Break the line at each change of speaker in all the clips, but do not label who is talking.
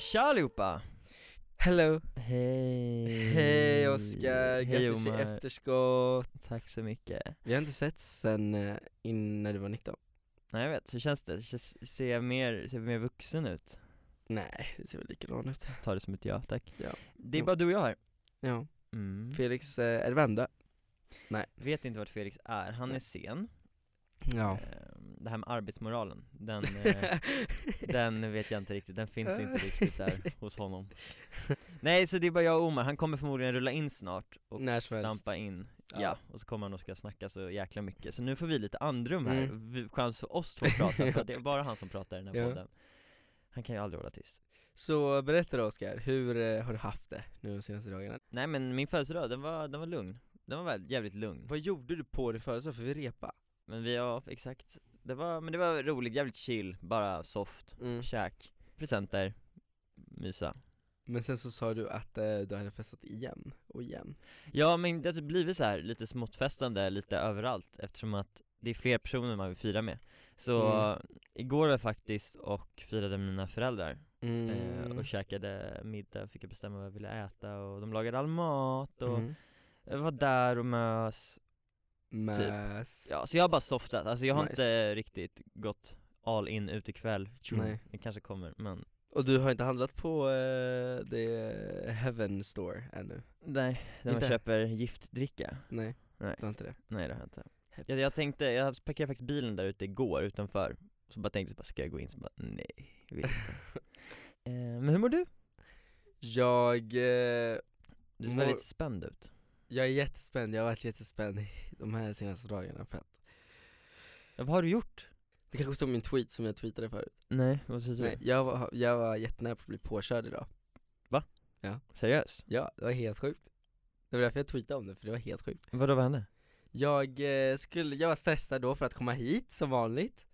Tja allihopa!
Hello!
Hej!
Mm, Hej Oskar, grattis i
Omar.
efterskott!
Tack så mycket.
Vi har inte sett sen eh, in när du var 19
Nej jag vet, hur känns det? Känns- Ser jag mer, ser jag mer vuxen ut?
Nej, det ser väl likadan ut
Ta det som ett ja tack.
Ja.
Det är bara du och jag här.
Ja,
Mm.
Felix eh, är värmdö
Vet inte vart Felix är, han är sen.
Ja
Ehm, Det här med arbetsmoralen, den, eh, den vet jag inte riktigt, den finns inte riktigt där hos honom. Nej så det är bara jag och Omar, han kommer förmodligen rulla in snart och
När som helst
stampa in. Ja.
Ja.
och så kommer han och ska snacka så jäkla mycket. Så nu får vi lite andrum här,
Mm.
Vi- chans för oss två att prata, för att det är bara han som pratar i den här
Ja.
podden. Han kan ju aldrig hålla tyst.
Så berätta då Oskar, hur eh, har du haft det nu de senaste dagarna?
Nej men min födelsedag, den var, den var lugn. Den var väl jävligt lugn.
Vad gjorde du på din födelsedag? För vi repa
Men vi, ja exakt. Det var, men det var roligt, jävligt chill, bara soft,
mm.
käk, presenter, mysa.
Men sen så sa du att eh, du hade festat igen och igen
Ja men det har typ blivit så här lite smått festande lite överallt eftersom att det är fler personer man vill fira med. Så
Mm.
igår var jag faktiskt och firade mina föräldrar
Mm.
eh, och käkade middag, fick jag bestämma vad jag ville äta och de lagade all mat och
Mm.
jag var där och mös.
typ. Mäs
Ja, så jag har bara softat, alltså jag har
Nice.
inte riktigt gått all in ut ikväll. Tjum.
Nej.
Det kanske kommer men
Och du har inte handlat på eh, the heaven store ännu?
Nej, när man
Inte?
köper giftdricka.
Nej,
Nej.
du har inte det?
Nej det har jag inte jag, jag tänkte, jag parkerade faktiskt bilen där ute igår utanför Så bara tänkte jag, bara, ska jag gå in? Så bara, nej, jag vill inte eh, Men hur mår du?
Jag, eh,
Du ser
Mår-
väldigt spänd ut
jag är jättespänd, jag har varit jättespänd de här senaste dagarna för att
ja, Vad har du gjort?
Det kanske stod min tweet som jag tweetade förut
Nej, vad tycker
Nej,
du?
jag var, jag var jättenära på att bli påkörd idag
Seriöst?
Ja, det var helt sjukt Det var därför jag tweetade om det, för det var helt sjukt
Vadå, vad hände?
Jag eh, skulle, jag var stressad då för att komma hit som vanligt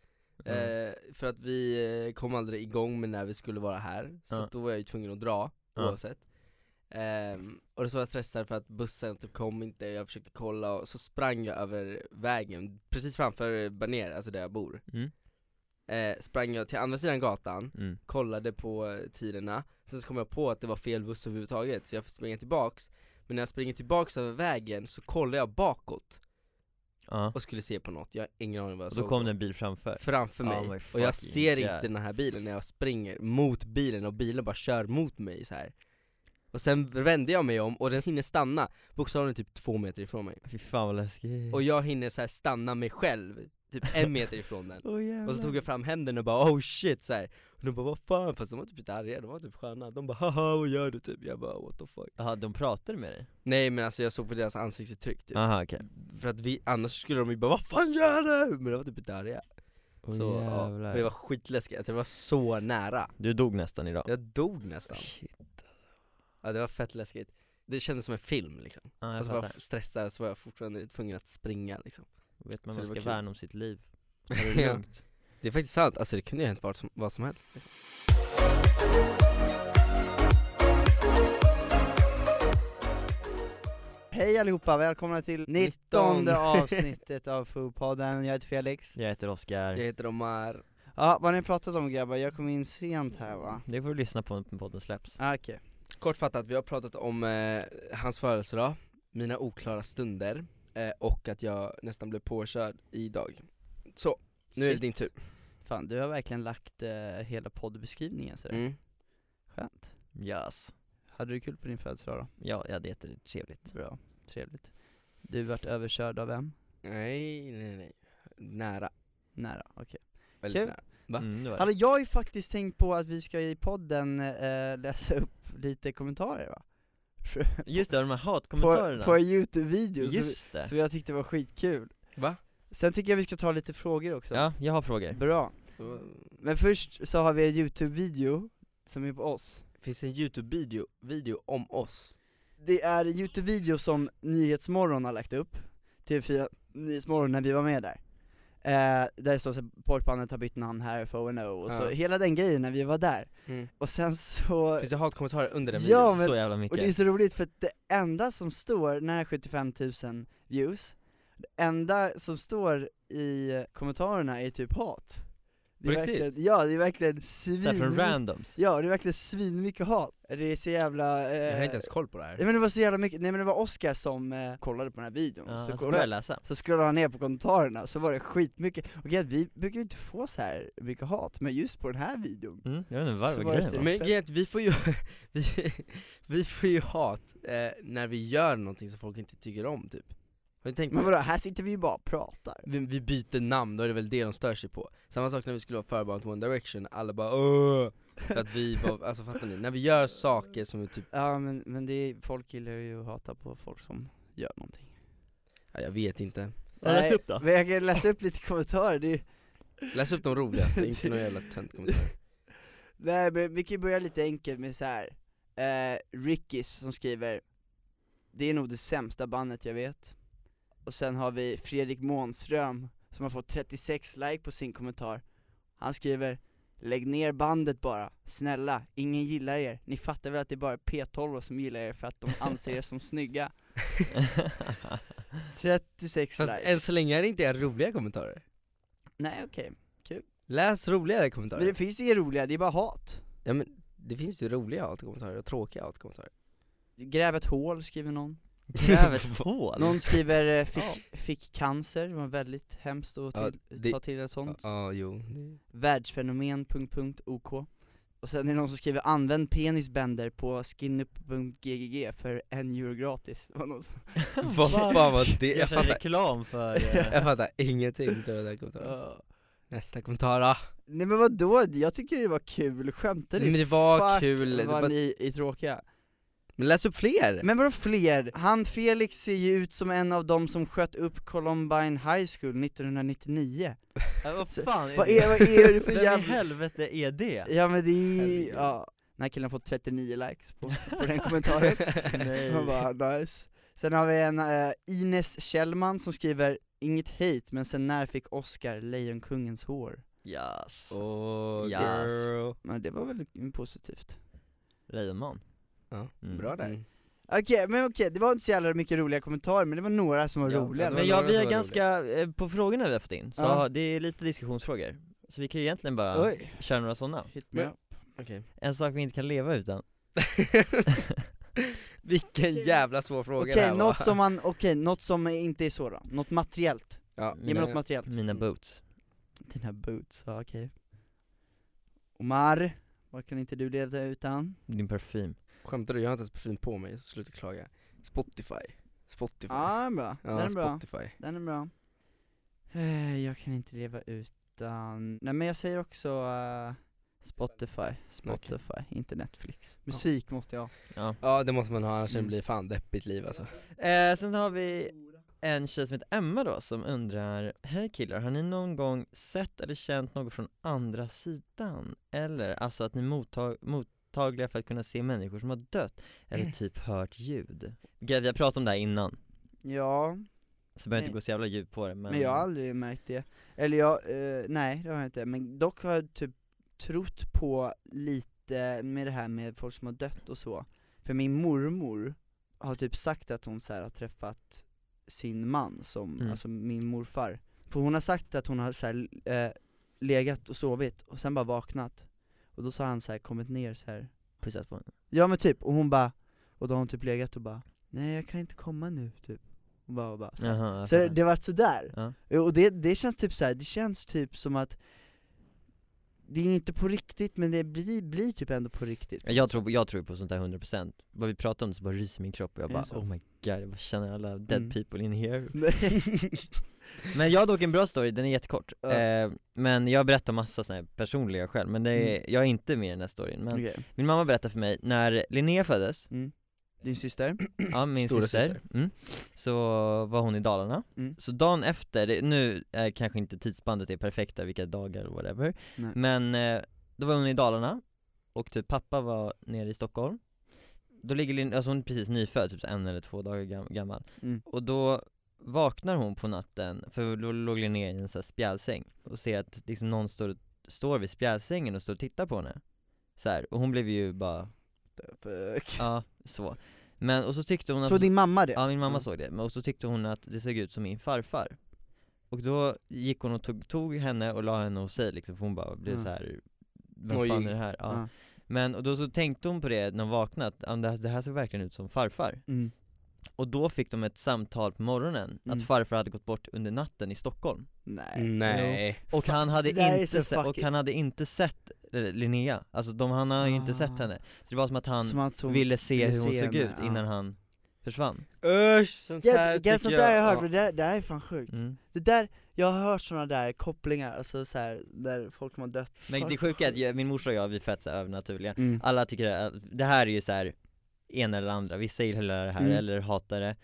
Mm.
eh, För att vi eh, kom aldrig igång med när vi skulle vara här, så
Ja.
att då var jag ju tvungen att dra
Ja.
oavsett Ehm, Och så var jag stressad för att bussen typ kom inte, jag försökte kolla och så sprang jag över vägen precis framför Baner, alltså där jag bor
Mm.
eh, Sprang jag till andra sidan gatan
Mm.
kollade på eh, tiderna, sen så kom jag på att det var fel buss överhuvudtaget så jag fick springa tillbaks Men när jag springer tillbaks över vägen så kollar jag bakåt
Ja,
och skulle se på något, jag har ingen aning vad jag
och då
såg
kom
på.
det en bil framför
framför
Oh
mig,
my
och jag
fucking
ser
God.
inte den här bilen när jag springer mot bilen och bilen bara kör mot mig så här. Och sen vände jag mig om och den hinner stanna, bokstavligen typ två meter ifrån mig
Fy fan vad läskigt
Och jag hinner så här stanna mig själv, typ en meter ifrån den
Åh, jävlar.
och så tog jag fram händerna och bara oh shit så här. Och de bara vad fan, fast de var typ lite arga, de var typ sköna De bara haha vad gör du typ? Jag bara what the fuck
Jaha, de pratade med dig?
Nej men alltså jag såg på deras ansiktsuttryck typ
Jaha okej
För att vi, annars skulle de ju bara vad fan gör du? Men de var typ lite arga
Åh,
Så ja,
jävlar.
men det var skitläskigt, att det var så nära
Du dog nästan idag
Jag dog nästan
Shit,
Ja det var fett läskigt Det kändes som en film liksom,
ja, jag
alltså var jag
fattar.
f- stressad så var jag fortfarande tvungen att springa liksom
Vet man
så
man
det var
ska
kul.
värna om sitt liv, ha det
Ja.
lugnt
Det är faktiskt sant, alltså det kunde ju ha hänt vad som, vad som helst liksom.
Hej allihopa, välkomna till
19.
19 avsnittet av Foodpodden, jag heter Felix
Jag heter Oskar
Jag heter Omar
Ja, vad har ni pratat om grabbar? Jag kom in sent här va?
Det får du lyssna på när podden släpps
Ah, Okej,
Kortfattat, vi har pratat om eh, hans födelsedag, mina oklara stunder eh, och att jag nästan blev påkörd idag. Så, nu är det
Shit.
din tur.
fan du har verkligen lagt eh, hela poddbeskrivningen sådär,
Mm.
skönt
Yes
Hade du kul på din födelsedag då?
Ja, ja det är jättetrevligt
Bra, trevligt Du vart överkörd av vem?
Nej, nej, nej. Nära.
Nära, okej
Väldigt
Kul.
nära. Va?
Mm, det var det.
Hade jag ju faktiskt tänkt på att vi ska i podden eh, läsa upp lite kommentarer va?
Just det, de här
på,
hatkommentarerna
på youtube-videos,
Just det,
som jag tyckte var skitkul
Va?
Sen tycker jag vi ska ta lite frågor också
ja jag har frågor
Bra
Då-
Men först så har vi en Youtube-video som är på oss.
Finns en youtube-video video om oss?
Det är en Youtube-video som Nyhetsmorgon har lagt upp, TV4 Nyhetsmorgon när vi var med där. Eh, där det står så här, pojkbandet har bytt namn här för O&O och så
Ja.
hela den grejen när vi var där.
Mm.
Och sen så,
Finns det hatkommentarer under den
Ja,
videon?
men-
så jävla
och det är
mycket
så roligt för att det enda som står, när 75 000 views, det enda som står i kommentarerna är typ hat. Det är
På riktigt?
verkligen, ja det är verkligen
så här från
svin...
randoms
Ja det är verkligen svinmycket hat. Det är så jävla... Eh,
Jag har inte ens koll på det här
Nej men det var så jävla mycket, nej men det var Oscar som eh, kollade på den här videon,
Ja,
så,
alltså börja
kollade,
läsa
så scrollade han ner på kommentarerna, så var det skitmycket, och grejen är att vi brukar ju inte få så här mycket hat, men just på den här videon
mm, jag vet inte
Så
vad-
var
vad
det
grejen var.
lite-
Men grejen är att vi får ju, vi, vi får ju hat eh, när vi gör någonting som folk inte tycker om typ Har ni tänkt på
Men
det?
vadå, här sitter vi ju bara och pratar
vi, vi byter namn, då är det väl det de stör sig på Samma sak när vi skulle vara förband till One Direction, alla bara Åh! För att vi var, alltså fattar ni? När vi gör saker som är typ,
Ja men, men det är, folk gillar ju att hata på folk som gör någonting
ja, jag vet inte
Ja, läs upp då.
Men jag kan läsa upp lite kommentarer, det är,
Läs upp de roligaste, inte någon jävla töntkommentar
Nej men vi kan ju börja lite enkelt med så här. Eh, Rickis som skriver Det är nog det sämsta bandet jag vet Och sen har vi Fredrik Månström som har fått 36 like på sin kommentar Han skriver Lägg ner bandet bara, snälla, ingen gillar er, ni fattar väl att det är bara P12 som gillar er för att de anser er som snygga 36
Fast
likes
än så länge är det inte era roliga kommentarer
Nej okej,
Läs roligare
men det
kommentarer
finns inga roliga, det är bara hat
Ja men det finns ju roliga hatkommentarer och tråkiga hatkommentarer
Gräv ett hål skriver någon
Gräv ett hål?
Någon skriver eh, fick, fick cancer, det var väldigt hemskt att
Ja,
till,
det-
ta till ett sånt.
Ja, jo det-
Världsfenomen... Punkt, punkt, OK. Och sen är det någon som skriver använd penisbänder på skinup.ggg för en euro gratis. Det var någon som,
Vad fan var det? Jag
Kanske
fattar,
reklam för eh,
jag fattar ingenting utav den där kommentaren
Ja.
Nästa kommentar då!
Nej men vadå, jag tycker det var kul, skämtar
Men
ni?
det var
Fuck
kul, det
vad
var...
ni är tråkiga.
men läs upp fler!
Men vadå fler? Han Felix ser ju ut som en av dem som sköt upp Columbine High School 1999.
ja, vad fan
Vad är, vad är det för
Vem i
jävla...
helvete är det?
Ja men det är,
Herregud.
ja, den här killen har fått 39 likes på, på den kommentaren,
Nej.
han bara nice Sen har vi en eh, Ines Kjellman som skriver Inget hate, men sen när fick Oscar Lejonkungens hår?
Yes.
Åh
Yes.
girl
Men det var väl mm, positivt
Lejonman.
Ja,
Mm.
bra där
Mm. Okej, men okej, det var inte så jävla mycket roliga kommentarer, men det var några som var
Ja,
roliga
ja, det var
Men jag,
några
vi
som
är
var
ganska, eh, på frågorna vi har fått in, så
Ja.
det är lite diskussionsfrågor Så vi kan ju egentligen bara
Oj,
köra några sådana
hit me
Men-
up.
Okej
En sak vi inte kan leva utan
Vilken jävla svår fråga det
Okej,
här
något som man, okej, något som inte är så då, något materiellt,
ja,
ge mig
men-
något materiellt
mina boots
Den här boots, ja okej Omar, vad kan inte du leva utan?
Din parfym
Skämtar du? Jag har inte ens parfym på mig, så sluta klaga Spotify Spotify
Ja, den är bra,
Ja,
den är bra,
Spotify
den är bra Eh, Jag kan inte leva utan, nej men jag säger också eh, Spotify, Spotify, inte Netflix Musik måste jag ha.
ja.
Ja det måste man ha, annars
Mm.
blir det fan deppigt liv alltså
eh, Sen har vi en tjej som heter Emma då som undrar Hej killar, har ni någon gång sett eller känt något från andra sidan? Eller alltså att ni är mottag- mottagliga för att kunna se människor som har dött?
Mm.
Eller typ hört ljud? Gud, vi har pratat om det här innan,
Ja,
så behöver jag inte
Nej.
gå så jävla djupt på det men,
men jag har aldrig märkt det, eller jag, eh, nej det har jag inte, men dock har jag typ trott på lite med det här med folk som har dött och så, för min mormor har typ sagt att hon så här har träffat sin man som,
Mm.
alltså min morfar, för hon har sagt att hon har så här, eh, legat och sovit och sen bara vaknat, och då så har han så här kommit ner så här
pussat på
Ja men typ, och hon bara, och då har hon typ legat och bara Nej jag kan inte komma nu typ, och bara, och bara så här.
Jaha, jag
Så det,
fattar.
det har varit sådär,
Ja.
och det, det känns typ så här, det känns typ som att Det är inte på riktigt men det blir, blir typ ändå på riktigt
Jag tror, jag tror på sånt där 100%, vad vi pratar om det så bara ryser min kropp och jag
Är
bara
det så?
oh my god, jag bara känner alla dead
Mm.
people in here
Nej.
Men jag har dock en bra story, den är jättekort,
Ja.
eh, men jag berättar massa såna här personliga själv, men det är, jag är inte med i den här storyn men
Mm. Okej. Mm.
Min mamma berättade för mig, när Linnea föddes,
Din syster?
ja min
Stora
syster,
syster.
Mm, så var hon i Dalarna,
Mm.
så dagen efter, det- nu är kanske inte tidsbandet är perfekta, vilka dagar och whatever,
Nej.
men eh, då var hon i Dalarna och typ pappa var nere i Stockholm Då ligger Linn, alltså hon är precis nyfödd, typ så en eller två dagar gam- gammal
Mm.
Och då vaknar hon på natten, för då låg Linnea i en sån här spjälsäng och ser att liksom någon står, står vid spjälsängen och står och tittar på henne så här, och hon blev ju bara, ja, så Men, och så tyckte hon att
Så din mamma det?
Ja min mamma
Mm.
såg det, men- och så tyckte hon att det såg ut som min farfar Och då gick hon och tog, tog henne och la henne hos sig liksom, för hon bara blev
Mm.
så här. Vem
Nojig.
fan är det här? Ja.
Ja.
Men, och då så tänkte hon på det när hon vaknat, ja, men det, här- det här såg verkligen ut som farfar
Mm.
Och då fick de ett samtal på morgonen,
Mm.
att farfar hade gått bort under natten i Stockholm
Nej.
Nej.
Och han hade,
det där är
inte,
så
se- och
fucking-
han hade inte sett eh, Linnea, alltså de, han har ju inte
Ah.
sett henne Så det var som att han
Som att hon...
ville se
ville
hur hon
se
såg
henne,
ut
ja.
innan han försvann
Usch, sånt
Ja, det-
tycker
sånt där har jag hört,
ja.
för det där, det där är fan sjukt.
mm.
Det där, jag har hört sådana där kopplingar, alltså så här, där folk som har dött.
Men det sjuka är att jag, min morsa och jag, vi är fett så här övernaturliga
Mm.
Alla tycker att det här är ju så här ena eller andra, vissa gillar det här
Mm.
eller hatar det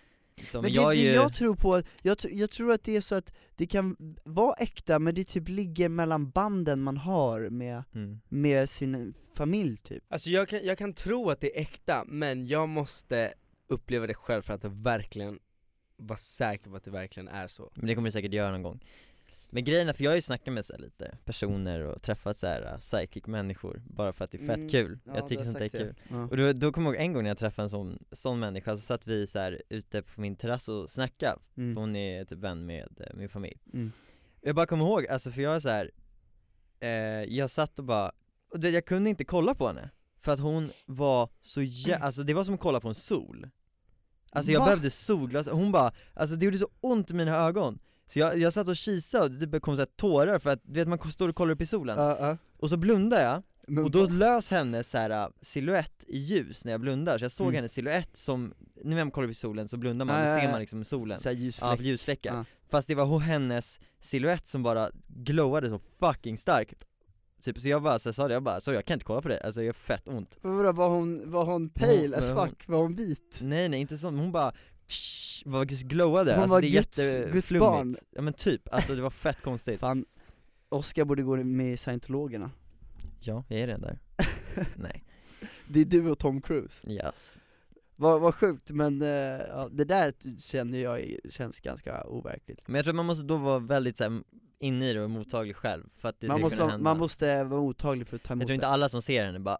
så,
Men det,
jag
det
är ju,
jag tror på, jag, tr- jag tror att det är så att det kan vara äkta men det typ ligger mellan banden man har med,
mm.
med sin familj typ
Alltså jag kan, jag kan tro att det är äkta, men jag måste uppleva det själv för att verkligen vara säker på att det verkligen är så
men det kommer du säkert göra någon gång Men grejen är, för jag har ju snackat med så här lite personer och träffat så här uh, psychic människor bara för att det är fett
Mm.
kul,
Ja, du
jag tycker
har
sånt där är
sagt det.
kul Och då, då kommer jag ihåg en gång när jag träffade en sån, sån människa, så satt vi så här ute på min terrass och snackade,
Mm.
för hon är typ vän med eh, min familj
Mm.
Jag bara kommer ihåg, alltså för jag är så här. Eh, jag satt och bara, och det, jag kunde inte kolla på henne För att hon var så jä- alltså det var som att kolla på en sol Alltså jag
Mm. Va?
behövde solglasögon, hon bara, alltså det gjorde så ont i mina ögon Så jag, jag satt och kisade och det typ kom så här tårar för att, du vet man står och kollar upp i solen
Ja, Mm. ja.
Och så blundade jag
Men-
och då lös hennes så här, äh, silhuett i ljus när jag blundar, så jag såg
Mm.
hennes silhuett som, nu när man kollar på solen så blundar man,
Ja,
då
ja, ja.
ser man liksom solen,
så här
ja,
ljusfläck
ljusfläckar
Ja.
Fast det var ho- hennes silhuett som bara glowade så fucking starkt Typ, så jag bara så här, sa det, jag bara sorry jag kan inte kolla på det, alltså jag gör fett ont
Men Vadå, var hon, var hon
Hon-
pale as
hon-
fuck? Var hon vit?
Nej nej inte sånt, men hon bara tsch, var just glowade,
Hon
alltså
var
det är
Guds-
jätteflummigt.
Guds barn.
Ja men typ, alltså det var fett konstigt
Fan, Oscar borde gå med i scientologerna
Ja, jag är den där Nej,
Det är du och Tom Cruise
yes
Vad vad sjukt, men eh, ja, det där känner jag är- känns ganska overkligt
Men jag tror man måste då vara väldigt så här, inne i det och mottaglig själv för att det
man
ska
måste,
kunna
vara,
hända
man måste vara mottaglig för att ta
Jag
emot
tror inte alla som ser henne bara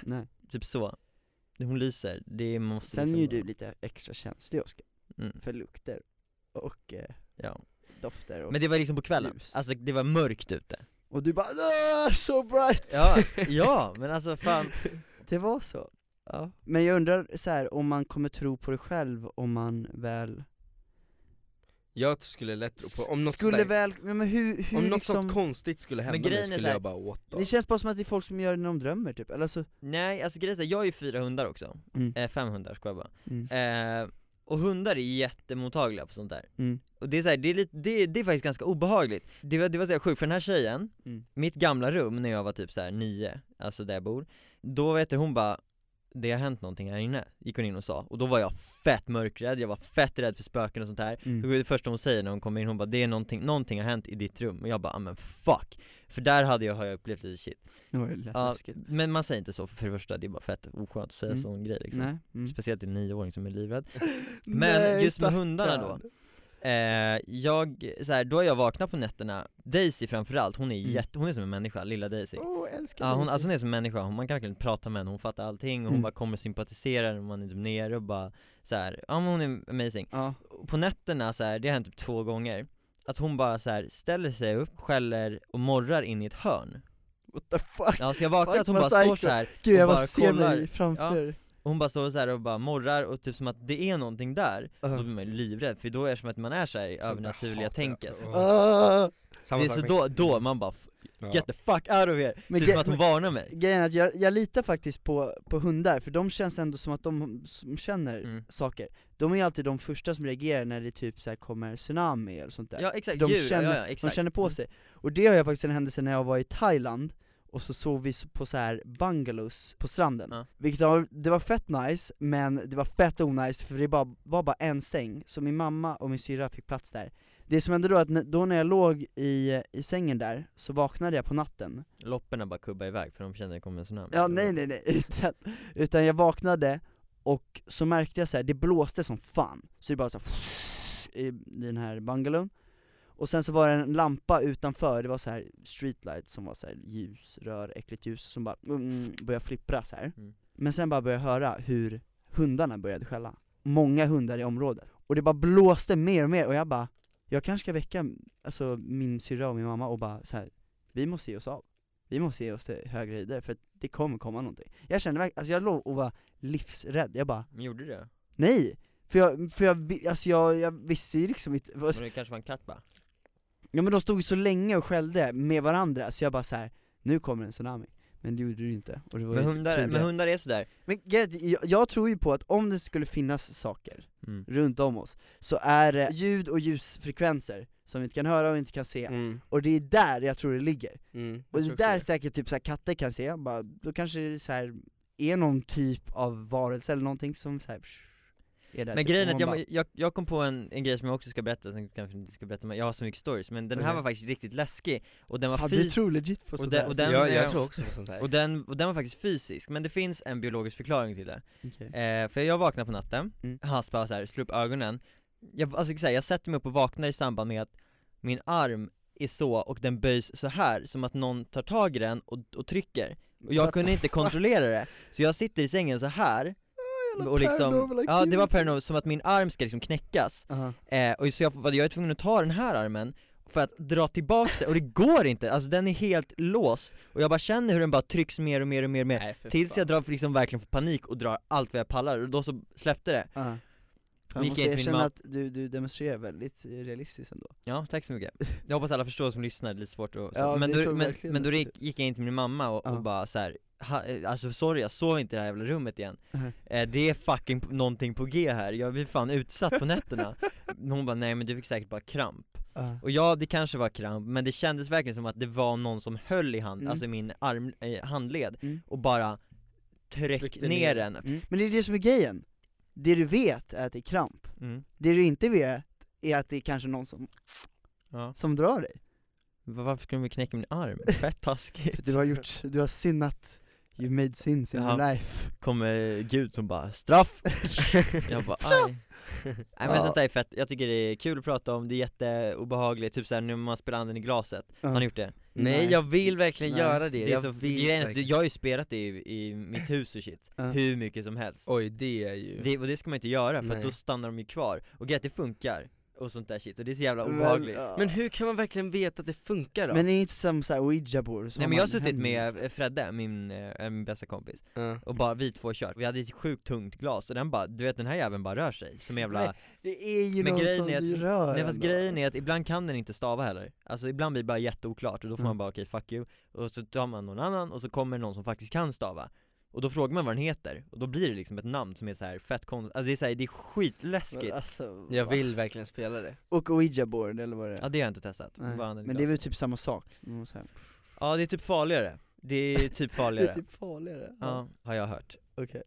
det Nej.
typ så Hon lyser, det måste
Sen är
liksom
ju du
vara-
lite extra känslig Oscar,
mm,
för lukter och eh,
ja.
dofter och
Men det var liksom på kvällen,
Ljus.
alltså det var mörkt ute
Och du bara "Ah, so bright!
Ja, ja men alltså fan
Det var så. Ja. Men jag undrar så här om man kommer tro på det själv om man väl...
Jag skulle lätt tro på, om något,
skulle
sånt där-
väl, men men hur, hur
om något
liksom...
sånt konstigt skulle hända
grejen är
mig skulle
så här-
jag bara what the
det känns bara som att det är folk som gör det när de drömmer typ, eller så...
Nej alltså grejen är så här, jag är ju fyra hundar också,
Mm.
eh, fem hundar ska jag bara
Mm.
eh, Och hundar är jättemottagliga på sånt där
Mm.
Och det är så här, det, är lite, det, det är faktiskt ganska obehagligt Det var, det var så här sjukt, för den här tjejen,
Mm.
mitt gamla rum när jag var typ så här nio, alltså där jag bor Då vet du, hon bara det har hänt någonting här inne, gick hon in och sa, och då var jag fett mörkrädd, jag var fett rädd för spöken och sånt här Det
Mm.
var det första hon säger när hon kommer in, hon bara det är någonting, någonting har hänt i ditt rum, och jag bara "Ah, men fuck För där hade jag, har jag upplevt lite shit
Det var ju
ja,
läskigt.
Men man säger inte så för det första, det är bara fett oskönt att säga
Mm.
sån grej liksom
Nej. Mm.
Speciellt till en nioåring som är livrädd mm. Men just med hundarna då Eh, jag, så här, då har jag vaknat på nätterna, Daisy framförallt, hon är
Mm.
jätte, hon är som en människa, lilla Daisy
Åh, jag älskar
Ja hon,
Daisy.
alltså hon är som en människa, hon, man kan verkligen prata med henne, hon fattar allting och hon
Mm.
bara kommer och sympatiserar när man är typ nere och bara så här, ja men hon är amazing
Ja.
Och På nätterna så här, det har hänt typ två gånger Att hon bara så här ställer sig upp, skäller och morrar in i ett hörn
What the fuck?
Ja så jag vaknar
Fuck,
att hon
vad
bara står
psycho.
så här
Gud jag
och
bara
bara
ser
kollar.
mig framför.
och hon bara står så här och bara morrar och typ som att det är någonting där,
Ja.
då blir man ju livrädd för då är det som att man är så här i
där hatar
övernaturliga
jag.
tänket
Ah.
Samma
det är
sak
så
med- Mm.
då, då Mm. man bara f-
Ja.
get the fuck out of here,
Men
typ
ge-
som att hon varnar mig
Grejen är att jag, jag litar faktiskt på, på hundar, för de känns ändå som att de som känner
Mm.
saker De är ju alltid de första som reagerar när det typ så här kommer tsunami eller sånt där
Ja exakt,
de
djur, ja,
känner-
ja,
De
exakt. Mm.
känner på sig, och det har jag faktiskt en händelse när jag var i Thailand och så sov vi så- på så här bungalows på stranden,
Ja.
vilket var, det var fett nice, men det var fett onice för det bara, var bara en säng, så min mamma och min syrra fick plats där Det som hände då, att n- då när jag låg i, i sängen där, så vaknade jag på natten
Lopporna bara kubbar iväg för de känner att det kommer en tsunami
Ja nej nej nej, utan, utan jag vaknade och så märkte jag så här, det blåste som fan, så det bara så här, i den här bungalown Och sen så var det en lampa utanför, det var så här streetlight som var så här ljusrör, äckligt ljus som bara mm, började flippra så här.
Mm.
Men sen bara började jag höra hur hundarna började skälla, många hundar i området Och det bara blåste mer och mer och jag bara, jag kanske ska väcka alltså, min syrra och min mamma och bara så här, vi måste ge oss av vi måste ge oss till högre höjder för att det kommer komma någonting Jag kände verkligen, alltså jag låg och var livsrädd, jag bara
Men Gjorde du det?
nej! För jag, för jag, vi- alltså jag, jag visste ju liksom inte, vad,
Men det kanske var en katt bara?
ja men de stod ju så länge och skällde med varandra så jag bara så här. nu kommer en tsunami Men det gjorde det ju inte, och det var
Men
ju
hundar,
tur
men
det.
hundar är sådär
Men grejen är att jag, jag tror ju på att om det skulle finnas saker
mm.
runt om oss, så är det ljud och ljusfrekvenser som vi inte kan höra och inte kan se,
Mm,
och det är där jag tror det ligger
mm,
Och
jag
det
tror också
där säkert typ såhär katter kan se, bara, då kanske det så här är någon typ av varelse eller någonting som så här, psh, är där
Men
typ.
grejen
Och
är att
man
jag, jag, jag kom på en, en grej som jag också ska berätta, som kanske inte ska berätta, men jag har så mycket stories Men den här
Okej.
var faktiskt riktigt läskig, och den
bara,
var
Fan, du
fysisk
tror legit på
och
sånt
det-
där?
och
det.
den-
jag,
eh,
jag tror också på sånt här
och den, och den var faktiskt fysisk, men det finns en biologisk förklaring till det
Okej.
eh, För jag vaknade på natten,
Mm.
Hans bara såhär, slår upp ögonen jag, alltså, så här, jag sätter mig upp och vaknar i samband med att min arm är så, och den böjs så här som att någon tar tag i den och, och trycker Och jag
What
kunde
the
inte
fuck?
kontrollera det, så jag sitter i sängen så här
jävla
och liksom,
paranormal
ja det var
activity.
paranormal, som att min arm ska liksom knäckas
Aha.
Eh, och så jag, var- jag är tvungen att ta den här armen för att dra tillbaka den, och det går inte, alltså den är helt låst Och jag bara känner hur den bara trycks mer och mer och mer och mer
Nej, för
Tills
fan.
jag drar, liksom verkligen får panik och drar allt vad jag pallar, och då så släppte det
Aha.
Gick
Jag måste
inte min
erkänna
mam-
att du, du demonstrerar väldigt eh, realistiskt ändå
Ja, tack så mycket Jag hoppas alla förstår som lyssnar, det är lite svårt att
Ja,
Men
det
då,
såg
men,
verkligen
men då
lustigt
gick, gick jag in till min mamma och,
Ja.
och bara så här. Ha, eh, alltså sorry, jag sov inte i det här jävla rummet igen
Mhm.
eh, Det är fucking p- någonting på G här, jag blir fan utsatt på nätterna Hon bara nej men du fick säkert bara kramp
Mm.
Och ja, det kanske var kramp, men det kändes verkligen som att det var någon som höll i hand,
Mm.
alltså i min arm, eh, handled,
Mm.
och bara tryck
Tryckte
ner,
ner.
den
Mm. Men det är det som är grejen, det du vet är att det är kramp,
mm.
det du inte vet är att det är kanske någon som,
ja.
som drar dig
Va- Varför skulle de knäcka min arm? Fett
För
taskigt
du har gjort, du har sinnat, you made sins in
Jaha.
your life
Kommer Gud som bara 'straff' Jag bara aj Nej men
Ja.
sånt där är fett, jag tycker det är kul att prata om, det är jätteobehagligt, typ såhär när man spelar anden i glaset,
Ja.
har ni gjort det?
Nej jag vill verkligen
Nej.
göra det,
Det är
jag
så,
vill
grejen är att
verkligen.
jag har ju spelat det i, i mitt hus och shit,
Ja.
hur mycket som helst
Oj det är ju
Det, och det ska man inte göra för att
Nej.
då stannar de ju kvar, och grejen är att det funkar och sånt där shit, och det är så jävla obehagligt
ja.
Men hur kan man verkligen veta att det funkar då?
Men det är inte som såhär ouija bord
Nej men jag har suttit med eh, Fredde, min, eh, min bästa kompis,
Ja.
Mm.
och bara vi två kört, vi hade ett sjukt tungt glas och den bara, du vet den här jäveln bara rör sig som en jävla
Det är ju
Men
någon
grejen
som
är att-
du rör
Nej fast
ändå.
grejen är att ibland kan den inte stava heller, alltså ibland blir det bara jätteoklart och då får
Mm.
man bara okej fuck you, och så tar man någon annan och så kommer någon som faktiskt kan stava och då frågar man vad den heter, och då blir det liksom ett namn som är så här fett konstigt, alltså det är så här, det är
Men
skitläskigt
alltså,
Jag
va?
vill verkligen spela det
Och ouija board eller vad det är
Ja det har jag inte testat,
Nej.
Bara anden i
Men det är väl
glaset.
typ samma sak,
Mm.
någon så här-
Ja det är typ farligare, det är typ
Det är
farligare
typ farligare
Ja, har jag hört.
Okej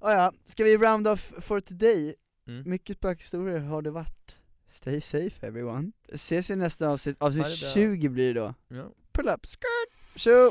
ah, ja, ska vi round off for today?
Mm.
Mycket spökhistorier har det varit Stay safe everyone Ses i nästa avsnitt, avsnitt
Ha det bra.
20 blir det då
Ja.
Pull up, skirt, tjo!